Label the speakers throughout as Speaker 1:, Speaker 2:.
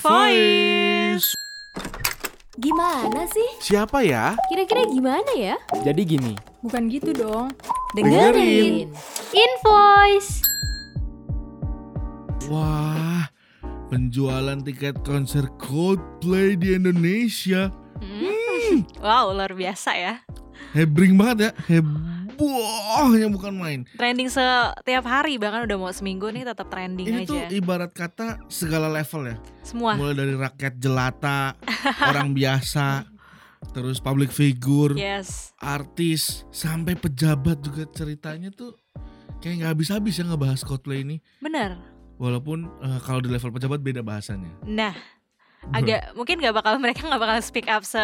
Speaker 1: Invoice.
Speaker 2: Gimana sih?
Speaker 1: Siapa ya?
Speaker 2: Kira-kira gimana ya?
Speaker 3: Jadi gini,
Speaker 4: Bukan gitu dong.
Speaker 1: Dengerin.
Speaker 2: Invoice.
Speaker 1: Wah, penjualan tiket konser Coldplay di Indonesia Hmm.
Speaker 5: Wow, luar biasa ya.
Speaker 1: hebring banget ya, heboh yang bukan main.
Speaker 5: Trending setiap hari bahkan udah mau seminggu nih tetap trending
Speaker 1: Ini tuh
Speaker 5: aja.
Speaker 1: ibarat kata segala level ya,
Speaker 5: Semua.
Speaker 1: mulai dari rakyat jelata, orang biasa, terus public figure,
Speaker 5: Yes.
Speaker 1: artis, sampai pejabat juga ceritanya tuh kayak nggak habis-habis ya ngebahas Coldplay ini.
Speaker 5: Bener.
Speaker 1: Walaupun eh, kalau di level pejabat beda bahasannya.
Speaker 5: Nah, agak mungkin nggak bakal mereka nggak bakal speak up se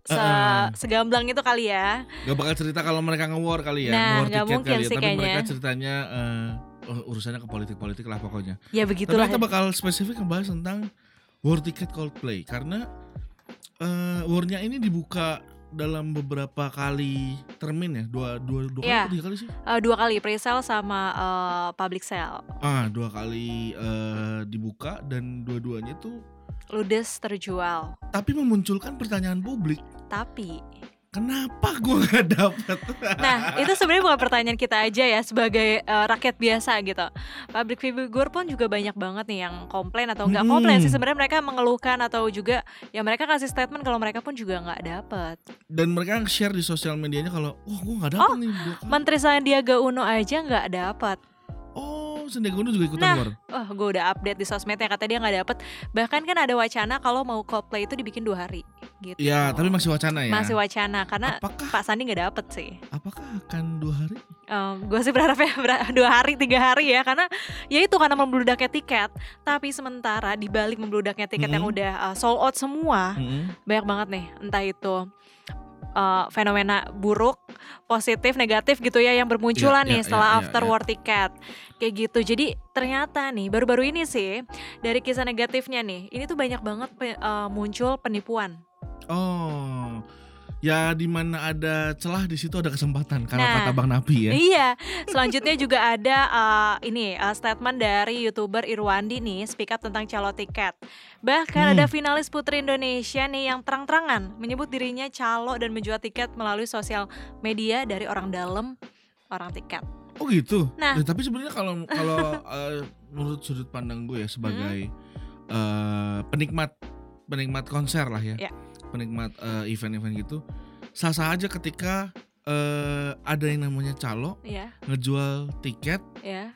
Speaker 5: se
Speaker 1: Uh-uh.
Speaker 5: segamblang itu kali ya.
Speaker 1: Gak bakal cerita kalau mereka nge-war kali ya,
Speaker 5: Nah,
Speaker 1: nge-war
Speaker 5: nggak
Speaker 1: tiket
Speaker 5: mungkin
Speaker 1: kali ya.
Speaker 5: sih
Speaker 1: Tapi
Speaker 5: kayaknya.
Speaker 1: mereka ceritanya eh, uh, urusannya ke politik-politik lah pokoknya.
Speaker 5: Ya
Speaker 1: Tapi
Speaker 5: begitulah.
Speaker 1: kita bakal spesifik ngebahas tentang war tiket Coldplay karena eh warnya ini dibuka dalam beberapa kali termin ya dua dua dua kali
Speaker 5: Iya.
Speaker 1: atau tiga kali sih
Speaker 5: Eh, dua kali pre-sale sama eh, public sale.
Speaker 1: ah dua kali eh, dibuka dan dua-duanya tuh
Speaker 5: Ludes terjual.
Speaker 1: tapi memunculkan pertanyaan publik
Speaker 5: Tapi,
Speaker 1: kenapa gua nggak dapet
Speaker 5: nah itu sebenarnya bukan pertanyaan kita aja ya sebagai eh, rakyat biasa gitu. Public figure pun juga banyak banget nih yang komplain atau nggak
Speaker 1: Hmm.
Speaker 5: komplain sih sebenarnya mereka mengeluhkan atau juga ya mereka kasih statement kalau mereka pun juga nggak dapet.
Speaker 1: dan mereka share di sosial medianya kalau wah gua nggak
Speaker 5: Oh,
Speaker 1: dapet nih dua kali.
Speaker 5: Menteri Sandiaga Uno aja nggak dapat.
Speaker 1: Oh, Sandiaga Uno juga ikutan
Speaker 5: Nah.
Speaker 1: war.
Speaker 5: Wah, gue udah update di sosmednya kata dia nggak dapet. Bahkan kan ada wacana kalau mau Coldplay itu dibikin dua hari. Gitu.
Speaker 1: Ya, tapi masih wacana ya.
Speaker 5: Masih wacana karena
Speaker 1: Apakah
Speaker 5: Pak Sandi nggak dapet sih.
Speaker 1: apakah akan dua hari?
Speaker 5: gue sih berharap ya ber- dua hari tiga hari ya karena ya itu karena membludaknya tiket. Tapi sementara di balik membludaknya tiket yang
Speaker 1: Mm-mm.
Speaker 5: udah uh, sold out semua
Speaker 1: Mm-mm.
Speaker 5: banyak banget nih entah itu uh, fenomena buruk, positif, negatif gitu ya yang bermunculan
Speaker 1: Iya,
Speaker 5: nih
Speaker 1: iya,
Speaker 5: setelah
Speaker 1: iya, iya,
Speaker 5: after
Speaker 1: iya.
Speaker 5: war ticket kayak gitu. Jadi ternyata nih baru-baru ini sih dari kisah negatifnya nih, ini tuh banyak banget pe- uh, muncul penipuan.
Speaker 1: Oh. Ya di mana ada celah di situ ada kesempatan karena
Speaker 5: Nah.
Speaker 1: kata Bang Napi ya.
Speaker 5: Iya. Selanjutnya juga ada uh, ini uh, statement dari youtuber Irwandi nih speak up tentang calo tiket. Bahkan
Speaker 1: Hmm.
Speaker 5: ada finalis Putri Indonesia nih yang terang-terangan menyebut dirinya calo dan menjual tiket melalui sosial media dari orang dalam orang tiket.
Speaker 1: Oh gitu.
Speaker 5: Nah.
Speaker 1: Eh, tapi sebenarnya kalau kalau eh, menurut sudut pandang gue ya sebagai eh, penikmat penikmat konser lah ya.
Speaker 5: Hmm. Ya.
Speaker 1: Penikmat eh, event-event gitu sah-sah aja ketika eh, ada yang namanya calo
Speaker 5: Ya,
Speaker 1: ngejual tiket
Speaker 5: ya.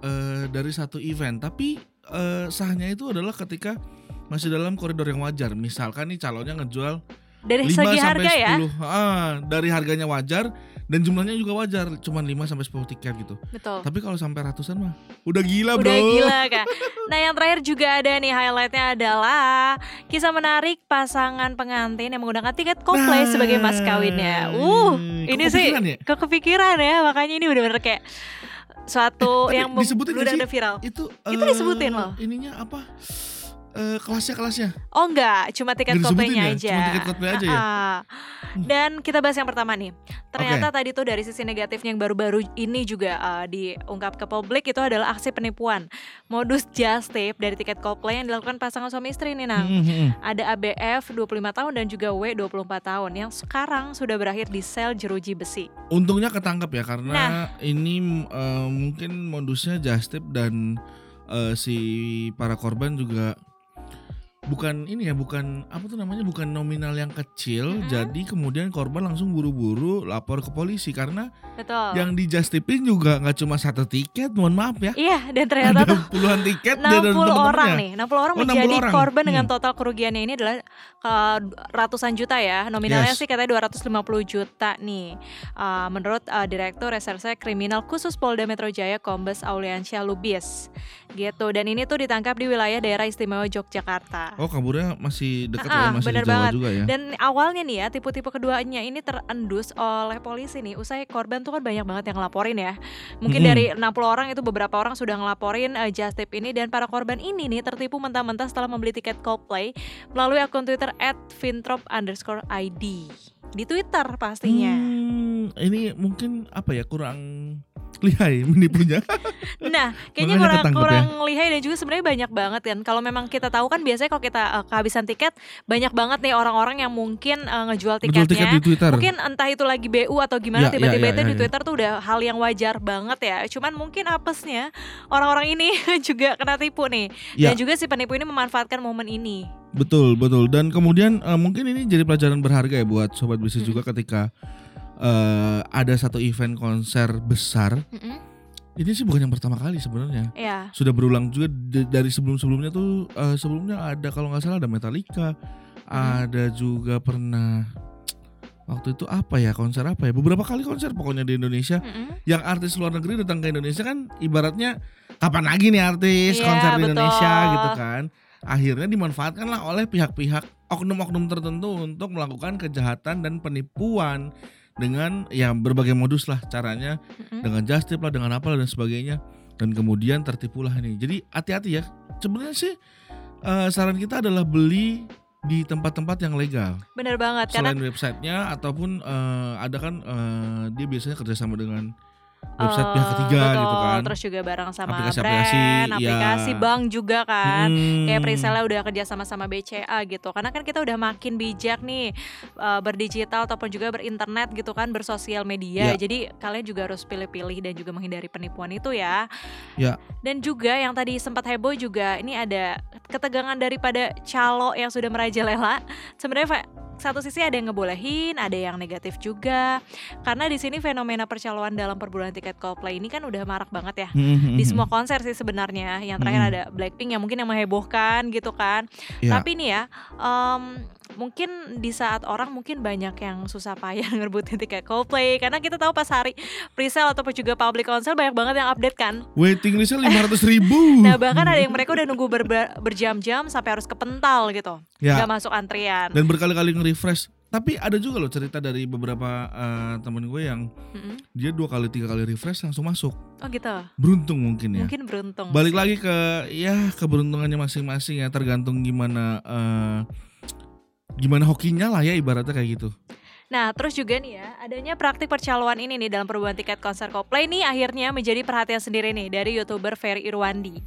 Speaker 1: eh, dari satu event tapi eh, sahnya itu adalah ketika masih dalam koridor yang wajar misalkan nih calonnya ngejual
Speaker 5: Dari
Speaker 1: 5 sampai
Speaker 5: segi harga ya.
Speaker 1: 10 ah, dari harganya wajar dan jumlahnya juga wajar cuman 5 sampai 10 tiket gitu
Speaker 5: Betul.
Speaker 1: tapi kalau sampai ratusan mah udah gila
Speaker 5: Udah
Speaker 1: bro
Speaker 5: gila kak. Nah yang terakhir juga ada nih highlightnya adalah kisah menarik pasangan pengantin yang menggunakan tiket Coldplay
Speaker 1: Nah,
Speaker 5: sebagai mas kawinnya. Uh,
Speaker 1: hmm,
Speaker 5: ini sih
Speaker 1: kepikiran ya?
Speaker 5: ke kepikiran ya makanya ini bener-bener kayak suatu
Speaker 1: Eh, tapi
Speaker 5: yang mem-
Speaker 1: disebutin nggak
Speaker 5: udah
Speaker 1: sih?
Speaker 5: ada viral.
Speaker 1: itu
Speaker 5: Itu
Speaker 1: eh,
Speaker 5: disebutin loh.
Speaker 1: ininya apa Eh, kelasnya kelasnya
Speaker 5: Oh enggak, cuma tiket
Speaker 1: Nggak disebutin
Speaker 5: Coldplay-nya
Speaker 1: ya?
Speaker 5: aja.
Speaker 1: Cuma tiket Coldplay aja ya?
Speaker 5: Ah. Dan kita bahas yang pertama nih. Ternyata tadi tuh dari sisi negatifnya yang baru-baru ini juga ah, diungkap ke publik itu adalah aksi penipuan. Modus just tip dari tiket Coldplay yang dilakukan pasangan suami istri nih Nang.
Speaker 1: Hmm, hmm, hmm.
Speaker 5: Ada ABF 25 tahun dan juga W 24 tahun yang sekarang sudah berakhir di sel jeruji besi.
Speaker 1: untungnya ketangkep ya karena
Speaker 5: Nah.
Speaker 1: ini eh, mungkin modusnya just tip dan eh, si para korban juga bukan ini ya bukan apa tuh namanya bukan nominal yang kecil
Speaker 5: Mm-mm.
Speaker 1: jadi kemudian korban langsung buru-buru lapor ke polisi karena
Speaker 5: Betul.
Speaker 1: yang di just tipin juga nggak cuma satu tiket mohon maaf ya
Speaker 5: Iya, dan ternyata
Speaker 1: ada
Speaker 5: tuh
Speaker 1: puluhan tiket
Speaker 5: 60
Speaker 1: dan ada
Speaker 5: orang
Speaker 1: temen-temennya.
Speaker 5: nih, 60 orang
Speaker 1: Oh, 60
Speaker 5: menjadi
Speaker 1: orang.
Speaker 5: korban dengan
Speaker 1: Hmm.
Speaker 5: total kerugiannya ini adalah eh, ratusan juta ya. Nominalnya
Speaker 1: Yes.
Speaker 5: sih katanya 250 juta nih. Eh, menurut eh, Direktur Reserse Kriminal Khusus Polda Metro Jaya Kombes Auliansyah Lubis. Gitu. Dan ini tuh ditangkap di wilayah daerah istimewa Yogyakarta.
Speaker 1: oh kaburnya masih dekat
Speaker 5: Ah,
Speaker 1: ya masih di
Speaker 5: bener
Speaker 1: Jawa
Speaker 5: banget.
Speaker 1: juga ya
Speaker 5: Dan awalnya nih ya, tipu-tipu keduanya ini terendus oleh polisi nih. Usai korban tuh kan banyak banget yang ngelaporin ya. Mungkin
Speaker 1: Mm-mm.
Speaker 5: dari 60 orang itu beberapa orang sudah ngelaporin eh, Just Tip ini dan para korban ini nih tertipu mentah-mentah setelah membeli tiket Coldplay melalui akun Twitter @fintrop_id di Twitter pastinya.
Speaker 1: Hmm, Hmm, ini mungkin apa ya kurang lihai menipunya.
Speaker 5: Nah,
Speaker 1: Makanya
Speaker 5: kayaknya kurang
Speaker 1: ketangkep ya.
Speaker 5: kurang lihai dan juga sebenarnya banyak banget kan. Kalau memang kita tahu kan biasanya kalau kita eh, kehabisan tiket banyak banget nih orang-orang yang mungkin eh, ngejual
Speaker 1: Betul tiket
Speaker 5: tiketnya.
Speaker 1: di Twitter.
Speaker 5: Mungkin entah itu lagi BU atau gimana
Speaker 1: Ya, ya,
Speaker 5: tiba-tiba
Speaker 1: ya,
Speaker 5: itu
Speaker 1: ya,
Speaker 5: di
Speaker 1: ya.
Speaker 5: Twitter tuh udah hal yang wajar banget ya. Cuman mungkin apesnya orang-orang ini juga kena tipu nih. Dan
Speaker 1: Ya.
Speaker 5: juga si penipu ini memanfaatkan momen ini.
Speaker 1: Betul, betul. Dan kemudian eh, mungkin ini jadi pelajaran berharga ya buat sobat bisnis
Speaker 5: Mm.
Speaker 1: juga ketika eh, ada satu event konser besar.
Speaker 5: Mm-mm.
Speaker 1: Ini sih bukan yang pertama kali sebenarnya.
Speaker 5: Ya.
Speaker 1: Sudah berulang juga d- dari sebelum-sebelumnya tuh eh, sebelumnya ada kalau nggak salah ada Metallica,
Speaker 5: Hmm.
Speaker 1: ada juga pernah waktu itu apa ya konser apa ya? Beberapa kali konser pokoknya di Indonesia
Speaker 5: Mm-mm.
Speaker 1: yang artis luar negeri datang ke Indonesia kan ibaratnya kapan lagi nih artis
Speaker 5: Iya,
Speaker 1: konser di
Speaker 5: betul.
Speaker 1: Indonesia gitu kan akhirnya dimanfaatkanlah oleh pihak-pihak oknum-oknum tertentu untuk melakukan kejahatan dan penipuan dengan ya berbagai modus lah caranya
Speaker 5: Mm-mm.
Speaker 1: dengan just tip lah dengan apa lah dan sebagainya dan kemudian tertipulah nih jadi hati-hati ya sebenarnya sih eh, saran kita adalah beli di tempat-tempat yang legal
Speaker 5: Bener banget karena
Speaker 1: selain websitenya ataupun eh, ada kan eh, dia biasanya kerjasama dengan website
Speaker 5: eh,
Speaker 1: pihak ketiga gitu
Speaker 5: betul.
Speaker 1: kan
Speaker 5: Terus juga bareng sama
Speaker 1: Aplikasi-aplikasi,
Speaker 5: brand,
Speaker 1: iya.
Speaker 5: aplikasi bank juga kan.
Speaker 1: Hmm,
Speaker 5: kayak Prisela udah kerja sama sama BCA gitu karena kan kita udah makin bijak nih eh, berdigital ataupun juga berinternet gitu kan bersosial media
Speaker 1: Ya.
Speaker 5: jadi kalian juga harus pilih-pilih dan juga menghindari penipuan itu ya
Speaker 1: Ya.
Speaker 5: dan juga yang tadi sempat heboh juga ini ada ketegangan daripada calo yang sudah merajalela sebenarnya Fa, satu sisi ada yang ngebolehin, ada yang negatif juga. Karena di sini fenomena percaloan dalam perburuan tiket Coldplay ini kan udah marak banget ya
Speaker 1: hmm, hmm,
Speaker 5: di
Speaker 1: hmm.
Speaker 5: semua konser sih sebenarnya. Yang terakhir
Speaker 1: Mm.
Speaker 5: ada Blackpink yang mungkin yang menghebohkan gitu kan.
Speaker 1: Ya.
Speaker 5: Tapi nih ya, em, mungkin di saat orang mungkin banyak yang susah payah ngerebutin tiket Coldplay karena kita tahu pas hari presale ataupun juga public concert banyak banget yang update kan.
Speaker 1: waiting listnya lima ratus ribu.
Speaker 5: Nah bahkan ada yang mereka udah nunggu berber- berjam-jam sampai harus ke pental gitu,
Speaker 1: ya,
Speaker 5: nggak masuk antrian.
Speaker 1: dan berkali-kali nge-refresh. Tapi ada juga loh cerita dari beberapa eh, temen gue yang
Speaker 5: Mm-mm.
Speaker 1: dia dua kali tiga kali refresh langsung masuk.
Speaker 5: Mhm. Oh gitu,
Speaker 1: Beruntung mungkin ya.
Speaker 5: mungkin beruntung.
Speaker 1: Balik
Speaker 5: sih.
Speaker 1: lagi ke ya keberuntungannya masing-masing ya tergantung gimana eh, gimana hokinya lah ya ibaratnya kayak gitu.
Speaker 5: Nah, terus juga nih ya, adanya praktik percaloan ini nih dalam perubahan tiket konser Coldplay ini akhirnya menjadi perhatian sendiri nih dari YouTuber Ferry Irwandi.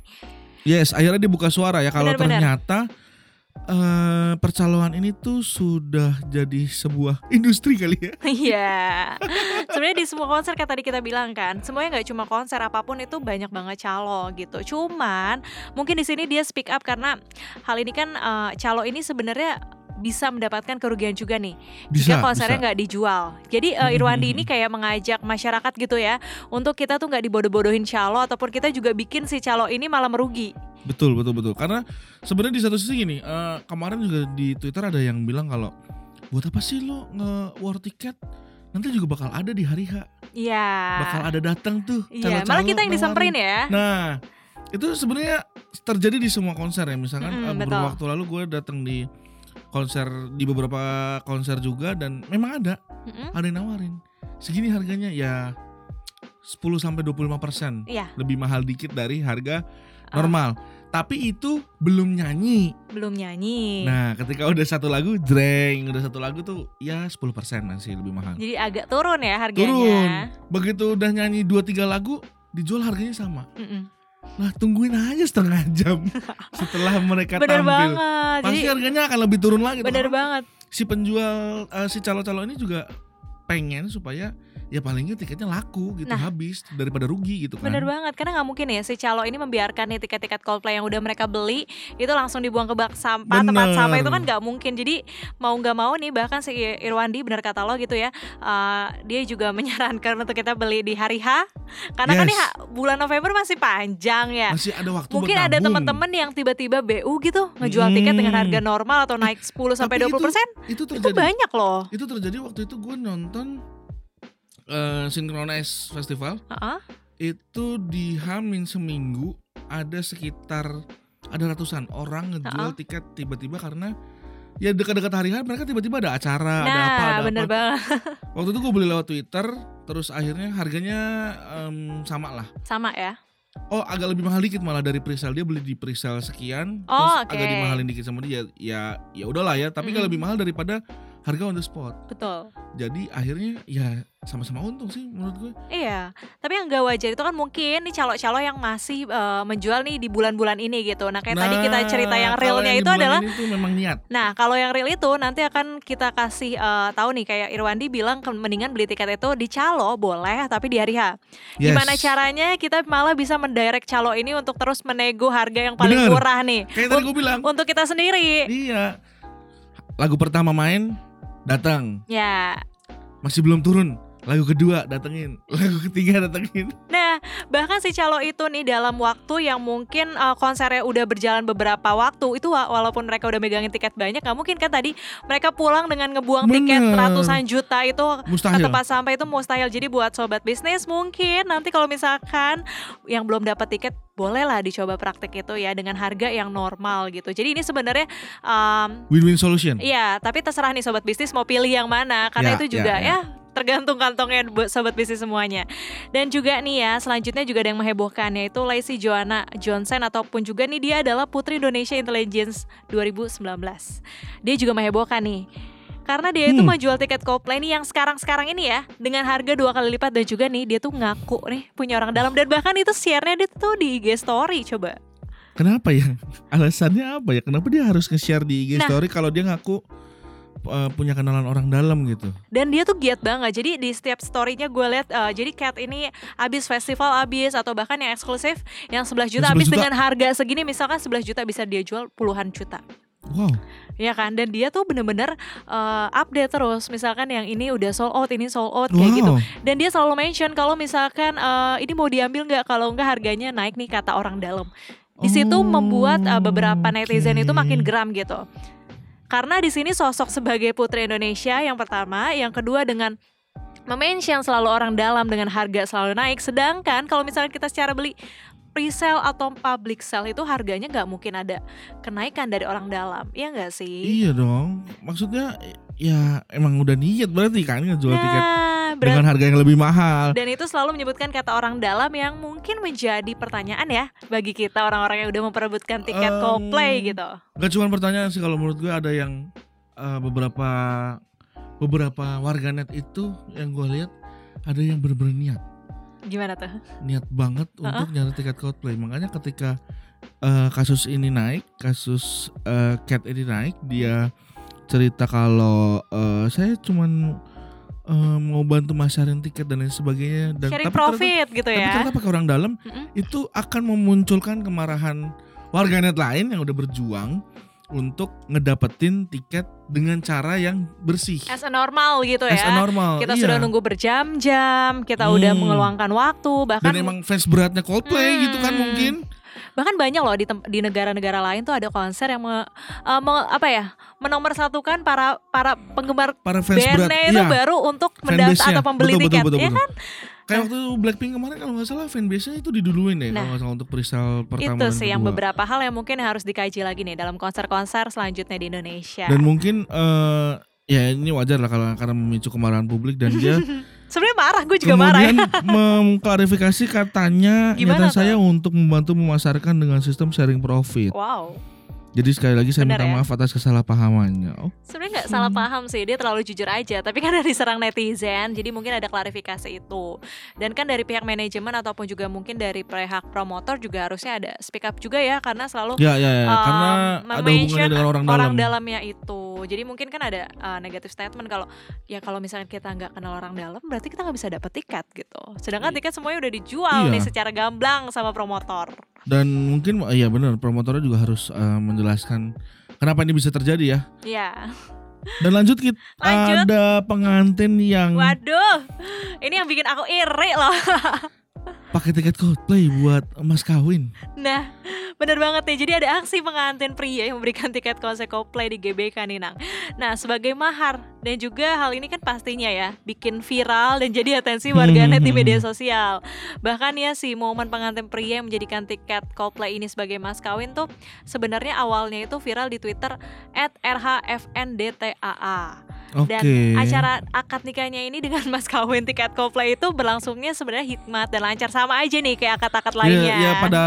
Speaker 1: Yes, akhirnya dibuka suara ya kalau
Speaker 5: Benar-benar.
Speaker 1: ternyata eh percaloan ini tuh sudah jadi sebuah industri kali ya.
Speaker 5: Iya. Sebenarnya di semua konser kayak tadi kita bilang kan, semuanya nggak cuma konser apapun itu banyak banget calo gitu. Cuman mungkin di sini dia speak up karena hal ini kan eh, calo ini sebenarnya bisa mendapatkan kerugian juga nih
Speaker 1: Bisa.
Speaker 5: jika
Speaker 1: bisa.
Speaker 5: konsernya
Speaker 1: Hmm.
Speaker 5: nggak dijual. Jadi eh, Irwandi ini kayak mengajak masyarakat gitu ya untuk kita tuh nggak dibodoh-bodohin calo ataupun kita juga bikin si calo ini malah merugi.
Speaker 1: Betul, betul, betul. Karena sebenarnya di satu sisi gini, eh, kemarin juga di Twitter ada yang bilang kalau buat apa sih lo nge-war tiket? Nanti juga bakal ada di hari H,
Speaker 5: Iya.
Speaker 1: bakal ada datang tuh.
Speaker 5: Iya, malah kita yang disamperin ya.
Speaker 1: Nah, itu sebenarnya terjadi di semua konser ya. Misalkan
Speaker 5: Mm-mm,
Speaker 1: eh, beberapa
Speaker 5: betul.
Speaker 1: waktu lalu gue datang di konser di beberapa konser juga dan memang ada
Speaker 5: Mm-mm.
Speaker 1: ada yang nawarin segini harganya ya 10 sampai 25 persen
Speaker 5: Iya.
Speaker 1: lebih mahal dikit dari harga
Speaker 5: Ah.
Speaker 1: normal tapi itu belum nyanyi
Speaker 5: Belum nyanyi.
Speaker 1: nah ketika udah satu lagu jreng udah satu lagu tuh ya 10 persen masih lebih mahal
Speaker 5: Jadi agak turun ya harganya.
Speaker 1: turun begitu udah nyanyi 2-3 lagu dijual harganya sama
Speaker 5: Mm-mm.
Speaker 1: nah tungguin aja setengah jam setelah mereka
Speaker 5: Bener
Speaker 1: tampil
Speaker 5: banget.
Speaker 1: pasti gitu.
Speaker 5: Jadi
Speaker 1: harganya akan lebih turun lagi tuh.
Speaker 5: bener
Speaker 1: Karena
Speaker 5: banget.
Speaker 1: si penjual eh, si calo-calo ini juga pengen supaya ya palingnya tiketnya laku gitu
Speaker 5: Nah.
Speaker 1: habis daripada rugi gitu kan.
Speaker 5: Bener banget karena nggak mungkin ya si calo ini membiarkan nih tiket-tiket Coldplay yang udah mereka beli itu langsung dibuang ke bak sampah tempat
Speaker 1: Bener.
Speaker 5: sampah itu kan nggak mungkin jadi mau nggak mau nih bahkan si Irwandi bener kata lo gitu ya eh, dia juga menyarankan untuk kita beli di hari H karena kan
Speaker 1: Yes.
Speaker 5: nih ha- bulan November masih panjang ya
Speaker 1: Masih ada waktu
Speaker 5: mungkin
Speaker 1: buat
Speaker 5: ada
Speaker 1: nabung.
Speaker 5: teman-teman yang tiba-tiba BU gitu ngejual tiket dengan
Speaker 1: Hmm.
Speaker 5: harga normal atau naik 10 sampai
Speaker 1: Tapi
Speaker 5: 20
Speaker 1: itu
Speaker 5: persen
Speaker 1: itu
Speaker 5: itu
Speaker 1: terjadi.
Speaker 5: banyak loh.
Speaker 1: Itu, terjadi waktu itu gue nonton eh, Synchronize Festival
Speaker 5: Heeh.
Speaker 1: itu di Hamin seminggu ada sekitar ada ratusan orang ngejual tiket tiba-tiba karena ya dekat-dekat hari hari mereka tiba-tiba ada acara ada apa
Speaker 5: Nah,
Speaker 1: ada
Speaker 5: bener
Speaker 1: apa
Speaker 5: banget
Speaker 1: waktu itu gue beli lewat Twitter terus akhirnya harganya em, sama lah
Speaker 5: sama ya.
Speaker 1: Oh agak lebih mahal dikit malah dari presale dia beli di presale sekian
Speaker 5: Oh,
Speaker 1: terus agak
Speaker 5: oke.
Speaker 1: dimahalin dikit sama dia ya ya udahlah ya tapi nggak
Speaker 5: Mm-mm.
Speaker 1: lebih mahal daripada harga on the spot.
Speaker 5: betul.
Speaker 1: Jadi akhirnya ya sama-sama untung sih menurut gue.
Speaker 5: Iya, tapi yang gak wajar itu kan mungkin nih calo-calo yang masih eh, menjual nih di bulan-bulan ini gitu. Nah kayak tadi kita cerita yang
Speaker 1: kalau
Speaker 5: realnya itu
Speaker 1: dibulan
Speaker 5: adalah
Speaker 1: ini tuh memang niat.
Speaker 5: Nah, kalau yang real itu nanti akan kita kasih eh, tahu nih kayak Irwandi bilang ke- mendingan beli tiket itu di calo boleh tapi di hari H.
Speaker 1: Yes.
Speaker 5: Gimana caranya kita malah bisa mendirect calo ini untuk terus menego harga yang
Speaker 1: Bener.
Speaker 5: paling murah nih
Speaker 1: Kayak tadi gue bilang.
Speaker 5: untuk kita sendiri.
Speaker 1: Iya. Lagu pertama main datang,
Speaker 5: Ya.
Speaker 1: masih belum turun. Lagu kedua datengin, lagu ketiga datengin.
Speaker 5: Nah, bahkan si calo itu nih dalam waktu yang mungkin eh, konsernya udah berjalan beberapa waktu itu wa- walaupun mereka udah megangin tiket banyak nggak mungkin kan tadi mereka pulang dengan ngebuang tiket
Speaker 1: Bener.
Speaker 5: ratusan juta itu ke
Speaker 1: Mustahil.
Speaker 5: tempat sampah itu mustahil. Jadi buat sobat bisnis mungkin nanti kalau misalkan yang belum dapat tiket bolehlah dicoba praktek itu ya dengan harga yang normal gitu. Jadi ini sebenarnya um,
Speaker 1: Win-win solution.
Speaker 5: ya tapi terserah nih sobat bisnis mau pilih yang mana
Speaker 1: Ya,
Speaker 5: karena itu juga
Speaker 1: ya,
Speaker 5: ya. tergantung kantongnya buat sobat bisnis semuanya. Dan juga nih ya, selanjutnya juga ada yang menghebohkan yaitu Lacey Joanna Johnson ataupun juga nih dia adalah Putri Indonesia Intelligence 2019. Dia juga menghebohkan nih. Karena dia itu
Speaker 1: Hmm.
Speaker 5: menjual tiket Coldplay nih yang sekarang-sekarang ini ya dengan harga dua kali lipat dan juga nih dia tuh ngaku nih punya orang dalam dan bahkan itu share-nya dia tuh di IG story coba.
Speaker 1: Kenapa ya? Alasannya apa ya? Kenapa dia harus nge-share di IG
Speaker 5: Nah.
Speaker 1: story kalau dia ngaku eh, punya kenalan orang dalam gitu?
Speaker 5: Dan dia tuh giat banget. Jadi di setiap story-nya gue lihat eh, jadi Cat ini abis festival abis atau bahkan yang eksklusif yang 11 juta
Speaker 1: Yang 11
Speaker 5: abis
Speaker 1: juta.
Speaker 5: dengan harga segini misalkan 11 juta bisa dia jual puluhan juta.
Speaker 1: Wow.
Speaker 5: Ya kan? Dan dia tuh bener-bener eh, update terus. Misalkan yang ini udah sold out, ini sold out
Speaker 1: Wow.
Speaker 5: kayak gitu. Dan dia selalu mention kalau misalkan eh, ini mau diambil nggak kalau nggak harganya naik nih kata orang dalam. Di situ
Speaker 1: Oh,
Speaker 5: membuat eh, beberapa netizen itu
Speaker 1: oke.
Speaker 5: makin geram gitu. Karena di sini sosok sebagai putri Indonesia yang pertama, yang kedua dengan mention selalu orang dalam dengan harga selalu naik. Sedangkan kalau misalkan kita secara beli pre-sale atau public sale itu harganya nggak mungkin ada kenaikan dari orang dalam, ya nggak sih?
Speaker 1: Iya dong. Maksudnya ya emang udah niat berarti kan ngejual tiket
Speaker 5: Nah, berarti
Speaker 1: dengan harga yang lebih mahal.
Speaker 5: Dan itu selalu menyebutkan kata orang dalam yang mungkin menjadi pertanyaan ya bagi kita orang-orang yang udah memperebutkan
Speaker 1: Em,
Speaker 5: tiket Coldplay gitu.
Speaker 1: Gak cuma pertanyaan sih kalau menurut gue ada yang eh, beberapa beberapa warganet itu yang gue lihat ada yang bener-bener niat
Speaker 5: Gimana tuh?
Speaker 1: niat banget
Speaker 5: Heeh.
Speaker 1: untuk nyari tiket Coldplay makanya ketika eh, kasus ini naik kasus eh, Cat ini naik dia cerita kalau eh, saya cuman eh, mau bantu masarin tiket dan lain sebagainya dan
Speaker 5: Sharing
Speaker 1: ternyata-
Speaker 5: profit gitu
Speaker 1: tapi
Speaker 5: ya.
Speaker 1: ternyata pakai orang dalam
Speaker 5: Mm-mm.
Speaker 1: itu akan memunculkan kemarahan warganet lain yang udah berjuang untuk ngedapetin tiket dengan cara yang bersih.
Speaker 5: As a normal gitu
Speaker 1: As a
Speaker 5: ya.
Speaker 1: normal.
Speaker 5: Kita
Speaker 1: iya.
Speaker 5: sudah nunggu berjam-jam, kita udah
Speaker 1: Hmm.
Speaker 5: mengeluangkan waktu, bahkan
Speaker 1: Dan emang fans beratnya Coldplay
Speaker 5: Hmm.
Speaker 1: gitu kan mungkin.
Speaker 5: bahkan banyak loh di tem- di negara-negara lain tuh ada konser yang me- eh, me- apa ya? menomorsatukan para para penggemar
Speaker 1: Para fans berat.
Speaker 5: bandnya itu
Speaker 1: iya,
Speaker 5: baru untuk
Speaker 1: fanbase-nya.
Speaker 5: mendaftar atau pembeli
Speaker 1: Betul,
Speaker 5: tiket,
Speaker 1: betul, betul,
Speaker 5: ya
Speaker 1: betul. Kayak waktu Blackpink kemarin kalau nggak salah fanbase-nya itu diduluin ya
Speaker 5: Nah,
Speaker 1: kalau nggak salah untuk presale pertama
Speaker 5: itu
Speaker 1: dan
Speaker 5: Gitu sih yang
Speaker 1: kedua.
Speaker 5: beberapa hal yang mungkin harus dikaji lagi nih dalam konser-konser selanjutnya di Indonesia.
Speaker 1: Dan mungkin eh, ya ini wajar lah karena karena memicu kemarahan publik dan dia
Speaker 5: Sebenarnya marah, gue juga marah. ya.
Speaker 1: Kemudian mengklarifikasi katanya
Speaker 5: Gimana
Speaker 1: niatan
Speaker 5: tuh?
Speaker 1: saya untuk membantu memasarkan dengan sistem sharing profit.
Speaker 5: Wow,
Speaker 1: Jadi sekali lagi saya
Speaker 5: Benar
Speaker 1: minta
Speaker 5: ya?
Speaker 1: maaf atas kesalahpahamannya. Oh,
Speaker 5: sebenarnya nggak salah paham sih dia terlalu jujur aja. Tapi karena diserang netizen, jadi mungkin ada klarifikasi itu. Dan kan dari pihak manajemen ataupun juga mungkin dari pihak promotor juga harusnya ada speak up juga ya, karena selalu
Speaker 1: ya ya, ya.
Speaker 5: Um,
Speaker 1: karena ada hubungannya
Speaker 5: mention
Speaker 1: dengan orang,
Speaker 5: orang
Speaker 1: dalam.
Speaker 5: dalamnya itu. Jadi mungkin kan ada uh, negatif statement kalau ya kalau misalnya kita nggak kenal orang dalam, berarti kita nggak bisa dapat tiket gitu. Sedangkan tiket semuanya udah dijual
Speaker 1: Iya.
Speaker 5: nih secara gamblang sama promotor.
Speaker 1: Dan mungkin ya benar promotornya juga harus eh, menjelaskan kenapa ini bisa terjadi ya.
Speaker 5: Iya.
Speaker 1: Dan lanjut kita
Speaker 5: Lanjut.
Speaker 1: ada pengantin yang
Speaker 5: Waduh, ini yang bikin aku iri loh.
Speaker 1: pakai tiket Coldplay buat mas kawin.
Speaker 5: Nah, bener banget nih. Jadi ada aksi pengantin pria yang memberikan tiket konser Coldplay di GBK Ninang. Nah, sebagai mahar dan juga hal ini kan pastinya ya bikin viral dan jadi atensi warganet di
Speaker 1: Hmm.
Speaker 5: media sosial. Bahkan ya si momen pengantin pria yang menjadikan tiket Coldplay ini sebagai mas kawin tuh sebenarnya awalnya itu viral di Twitter @rhfndtaa.
Speaker 1: Oke. Ya,
Speaker 5: Dan acara akad nikahnya ini dengan mas kawin tiket Coldplay itu berlangsungnya sebenarnya hikmat dan lancar sama aja nih kayak akad-akad lainnya.
Speaker 1: Ya, ya pada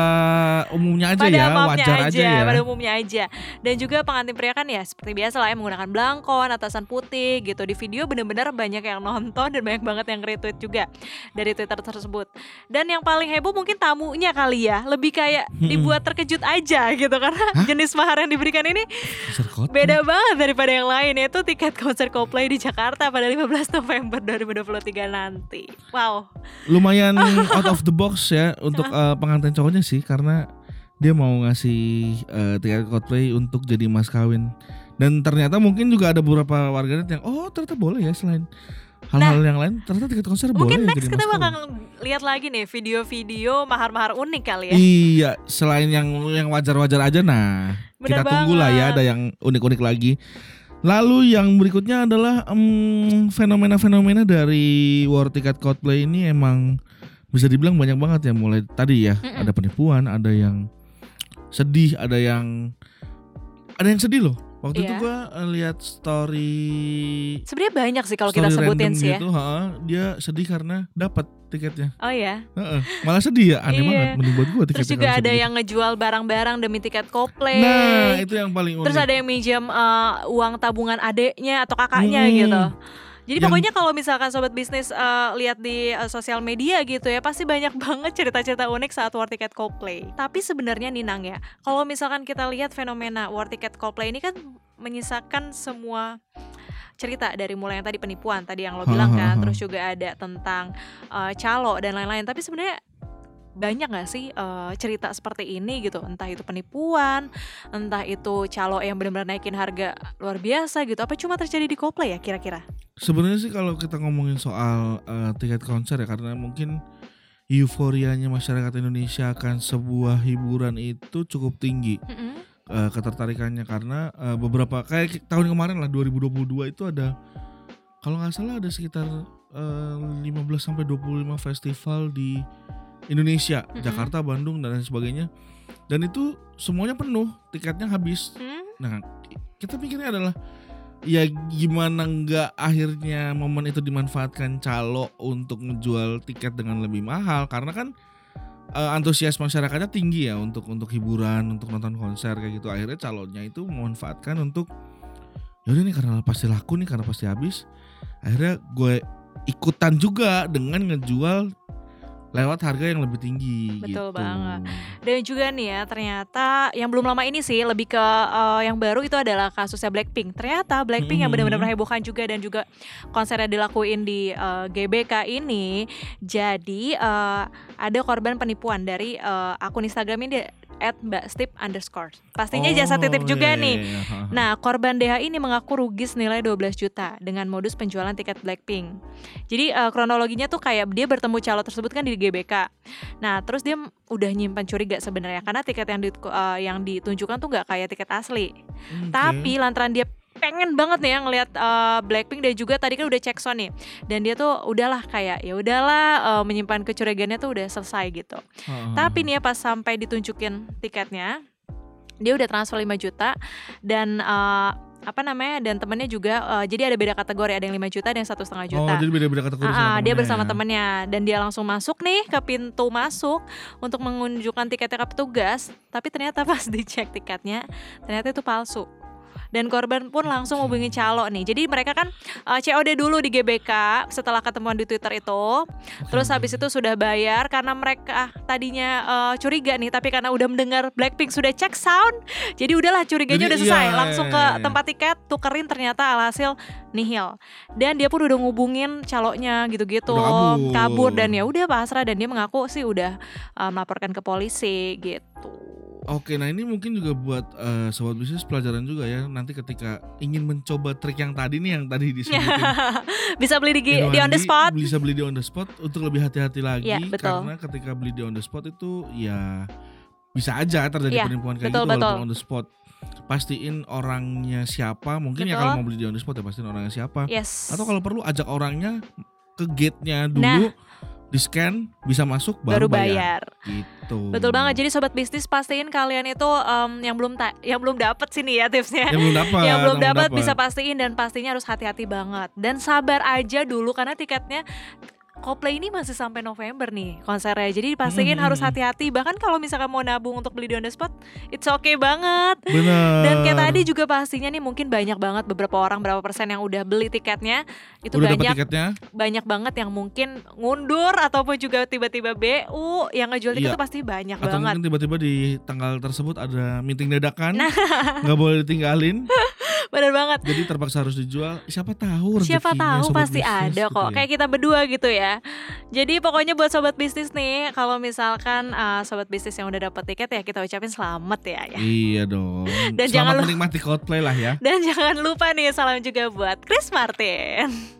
Speaker 1: umumnya aja
Speaker 5: pada
Speaker 1: ya,
Speaker 5: maafnya
Speaker 1: wajar aja, ya.
Speaker 5: pada umumnya aja. Dan juga pengantin pria kan ya seperti biasa lah ya menggunakan belangkon, atasan putih gitu. Di video bener-bener banyak yang nonton dan banyak banget yang retweet juga dari Twitter tersebut. Dan yang paling heboh mungkin tamunya kali ya, lebih kayak
Speaker 1: Mm-mm.
Speaker 5: dibuat terkejut aja gitu karena
Speaker 1: Hah?
Speaker 5: jenis mahar yang diberikan ini
Speaker 1: Konser Coldplay.
Speaker 5: beda banget daripada yang lain yaitu tiket konser Coldplay di Jakarta pada 15 November 2023 nanti. Wow.
Speaker 1: Lumayan out of the box ya untuk eh, pengantin cowoknya sih karena dia mau ngasih eh, tiket Coldplay untuk jadi mas kawin. Dan ternyata mungkin juga ada beberapa warganet yang oh ternyata boleh ya selain hal-hal yang lain ternyata tiket konser
Speaker 5: Nah, Mungkin
Speaker 1: boleh ya
Speaker 5: next
Speaker 1: jadi
Speaker 5: kita
Speaker 1: mas kawin.
Speaker 5: bakal lihat lagi nih video-video mahar-mahar unik kali ya.
Speaker 1: Iya, selain yang yang wajar-wajar aja nah.
Speaker 5: Bener
Speaker 1: kita tunggulah ya
Speaker 5: banget.
Speaker 1: ada yang unik-unik lagi. Lalu yang berikutnya adalah em, fenomena-fenomena dari war ticket Coldplay ini emang bisa dibilang banyak banget ya mulai tadi ya
Speaker 5: Mm-mm.
Speaker 1: ada penipuan, ada yang sedih, ada yang ada yang sedih loh. Waktu itu
Speaker 5: Iya.
Speaker 1: gua eh, lihat story
Speaker 5: Sebenarnya banyak sih kalau kita
Speaker 1: story
Speaker 5: sebutin
Speaker 1: random
Speaker 5: sih ya.
Speaker 1: gitu, ha, dia sedih karena dapat tiketnya.
Speaker 5: Oh ya.
Speaker 1: Heeh. Malah sedih ya, aneh
Speaker 5: Iya.
Speaker 1: banget mending buat gua tiketnya.
Speaker 5: Terus juga
Speaker 1: kalau
Speaker 5: ada
Speaker 1: sedih.
Speaker 5: yang ngejual barang-barang demi tiket Coldplay.
Speaker 1: Nah, itu yang paling unik.
Speaker 5: Terus ada yang minjam eh, uang tabungan adeknya atau kakaknya
Speaker 1: Hmm.
Speaker 5: gitu. Jadi
Speaker 1: Yang-
Speaker 5: pokoknya kalau misalkan sobat bisnis eh, lihat di eh, sosial media gitu ya pasti banyak banget cerita-cerita unik saat war tiket Coldplay. Tapi sebenarnya Ninang ya, kalau misalkan kita lihat fenomena war tiket Coldplay ini kan menyisakan semua cerita dari mulai yang tadi penipuan tadi yang lo
Speaker 1: Ha,
Speaker 5: bilang
Speaker 1: ha,
Speaker 5: kan,
Speaker 1: ha.
Speaker 5: terus juga ada tentang eh, calo dan lain-lain. Tapi sebenarnya banyak nggak sih eh, cerita seperti ini gitu entah itu penipuan entah itu calo yang benar-benar naikin harga luar biasa gitu apa cuma terjadi di Coldplay ya kira-kira
Speaker 1: Sebenarnya sih kalau kita ngomongin soal eh, tiket konser ya karena mungkin euforianya masyarakat Indonesia akan sebuah hiburan itu cukup tinggi eh, ketertarikannya karena eh, beberapa kayak ki- tahun kemarin lah 2022 itu ada kalau nggak salah ada sekitar eh, 15 sampai 25 festival di Indonesia,
Speaker 5: Mm-mm.
Speaker 1: Jakarta, Bandung dan lain sebagainya. Dan itu semuanya penuh, tiketnya habis.
Speaker 5: Hmm?
Speaker 1: Nah, ki- kita pikirnya adalah ya gimana nggak akhirnya momen itu dimanfaatkan calo untuk menjual tiket dengan lebih mahal karena kan eh, antusias masyarakatnya tinggi ya untuk untuk hiburan, untuk nonton konser kayak gitu. Akhirnya calonnya itu memanfaatkan untuk ya udah nih karena pasti laku nih karena pasti habis. Akhirnya gue ikutan juga dengan ngejual lewat harga yang lebih tinggi gitu.
Speaker 5: Betul banget. dan juga nih ya ternyata yang belum lama ini sih lebih ke eh, yang baru itu adalah kasusnya Blackpink ternyata Blackpink yang
Speaker 1: Mhm.
Speaker 5: benar-benar hebohkan juga dan juga konsernya dilakuin di eh, GBK ini jadi eh, ada korban penipuan dari eh, akun Instagram ini at mbak Stip underscore pastinya jasa
Speaker 1: Oh,
Speaker 5: titip juga
Speaker 1: iya,
Speaker 5: nih
Speaker 1: iya, iya. Ha, ha.
Speaker 5: Nah, korban DH ini mengaku rugi senilai 12 juta dengan modus penjualan tiket Blackpink. Jadi eh, kronologinya tuh kayak dia bertemu calo tersebut kan di GBK. Nah, terus dia m- udah nyimpan curiga sebenarnya karena tiket yang di, eh, yang ditunjukkan tuh nggak kayak tiket asli.
Speaker 1: Oke.
Speaker 5: Tapi lantaran dia pengen banget nih ya ngelihat eh, Blackpink dan juga tadi kan udah cek sound nih. Dan dia tuh udahlah kayak ya udahlah eh, menyimpan kecurigaannya tuh udah selesai gitu.
Speaker 1: Ha, ha, ha.
Speaker 5: Tapi nih ya pas sampai ditunjukin tiketnya, dia udah transfer 5 juta dan eh, apa namanya dan temennya juga eh, jadi ada beda kategori ada yang 5 juta ada yang satu setengah juta.
Speaker 1: Oh, jadi beda-beda kategori
Speaker 5: Ah,
Speaker 1: sama
Speaker 5: ah, dia
Speaker 1: temennya
Speaker 5: bersama
Speaker 1: ya.
Speaker 5: temennya dan dia langsung masuk nih ke pintu masuk untuk mengunjukkan tiketnya ke petugas tapi ternyata pas dicek tiketnya ternyata itu palsu dan korban pun langsung hubungi calo nih jadi mereka kan eh, COD dulu di GBK setelah ketemuan di Twitter itu
Speaker 1: Oke,
Speaker 5: Terus
Speaker 1: oke.
Speaker 5: habis itu sudah bayar karena mereka ah, tadinya eh, curiga nih, tapi karena udah mendengar Blackpink sudah cek sound, jadi udahlah
Speaker 1: Jadi,
Speaker 5: curiganya udah selesai,
Speaker 1: iya,
Speaker 5: langsung
Speaker 1: iya,
Speaker 5: ke
Speaker 1: iya, iya.
Speaker 5: tempat tiket tukerin ternyata alhasil nihil. Dan dia pun udah ngubungin calonnya gitu-gitu,
Speaker 1: Udah kabur.
Speaker 5: dan ya udah pasrah dan dia mengaku sih udah eh, melaporkan ke polisi gitu.
Speaker 1: Oke, nah ini mungkin juga buat eh, sobat bisnis pelajaran juga ya nanti ketika ingin mencoba trik yang tadi nih yang tadi disebutin
Speaker 5: Bisa beli di,
Speaker 1: Irwandi,
Speaker 5: di on the spot.
Speaker 1: bisa beli di on the spot untuk lebih hati-hati lagi
Speaker 5: Ya, betul.
Speaker 1: karena ketika beli di on the spot itu ya bisa aja terjadi
Speaker 5: Ya,
Speaker 1: penipuan kayak
Speaker 5: betul,
Speaker 1: gitu walaupun
Speaker 5: betul.
Speaker 1: on the spot pastiin orangnya siapa mungkin ya
Speaker 5: Betul.
Speaker 1: kalau mau beli di on the spot ya pastiin orangnya siapa
Speaker 5: Yes.
Speaker 1: atau kalau perlu ajak orangnya ke gate-nya dulu
Speaker 5: Nah.
Speaker 1: di scan bisa masuk baru,
Speaker 5: baru bayar.
Speaker 1: gitu
Speaker 5: Betul banget. Jadi sobat bisnis pastiin kalian itu em, yang belum ta- yang belum dapat sini ya tipsnya.
Speaker 1: yang belum dapat
Speaker 5: yang belum dapat bisa pastiin dan pastinya harus hati-hati banget dan sabar aja dulu karena tiketnya Coldplay ini masih sampai November nih konsernya jadi pastiin
Speaker 1: Hmm.
Speaker 5: harus hati-hati bahkan kalau misalkan mau nabung untuk beli di on the spot it's okay banget
Speaker 1: Eh. bener
Speaker 5: dan kayak tadi juga pastinya nih mungkin banyak banget beberapa orang berapa persen yang udah beli tiketnya itu
Speaker 1: udah dapat
Speaker 5: banyak
Speaker 1: tiketnya
Speaker 5: banyak banget yang mungkin ngundur ataupun juga tiba-tiba BU yang ngejual
Speaker 1: Iya.
Speaker 5: tiket itu pasti
Speaker 1: atau
Speaker 5: banyak banget
Speaker 1: mungkin tiba-tiba di tanggal tersebut ada meeting dadakan
Speaker 5: Nah.
Speaker 1: nggak boleh ditinggalin
Speaker 5: bener banget
Speaker 1: jadi terpaksa harus dijual siapa tahu
Speaker 5: Siapa
Speaker 1: rezekinya
Speaker 5: tahu
Speaker 1: sobat
Speaker 5: pasti
Speaker 1: bisnis
Speaker 5: ada
Speaker 1: gitu
Speaker 5: kok
Speaker 1: ya.
Speaker 5: kayak kita berdua gitu ya. Jadi pokoknya buat sobat bisnis nih kalau misalkan uh, sobat bisnis yang udah dapat tiket ya kita ucapin selamat ya ya.
Speaker 1: iya dong
Speaker 5: Dan
Speaker 1: selamat
Speaker 5: jangan lu-
Speaker 1: menikmati Coldplay lah ya
Speaker 5: Dan jangan lupa nih salam juga buat Chris Martin.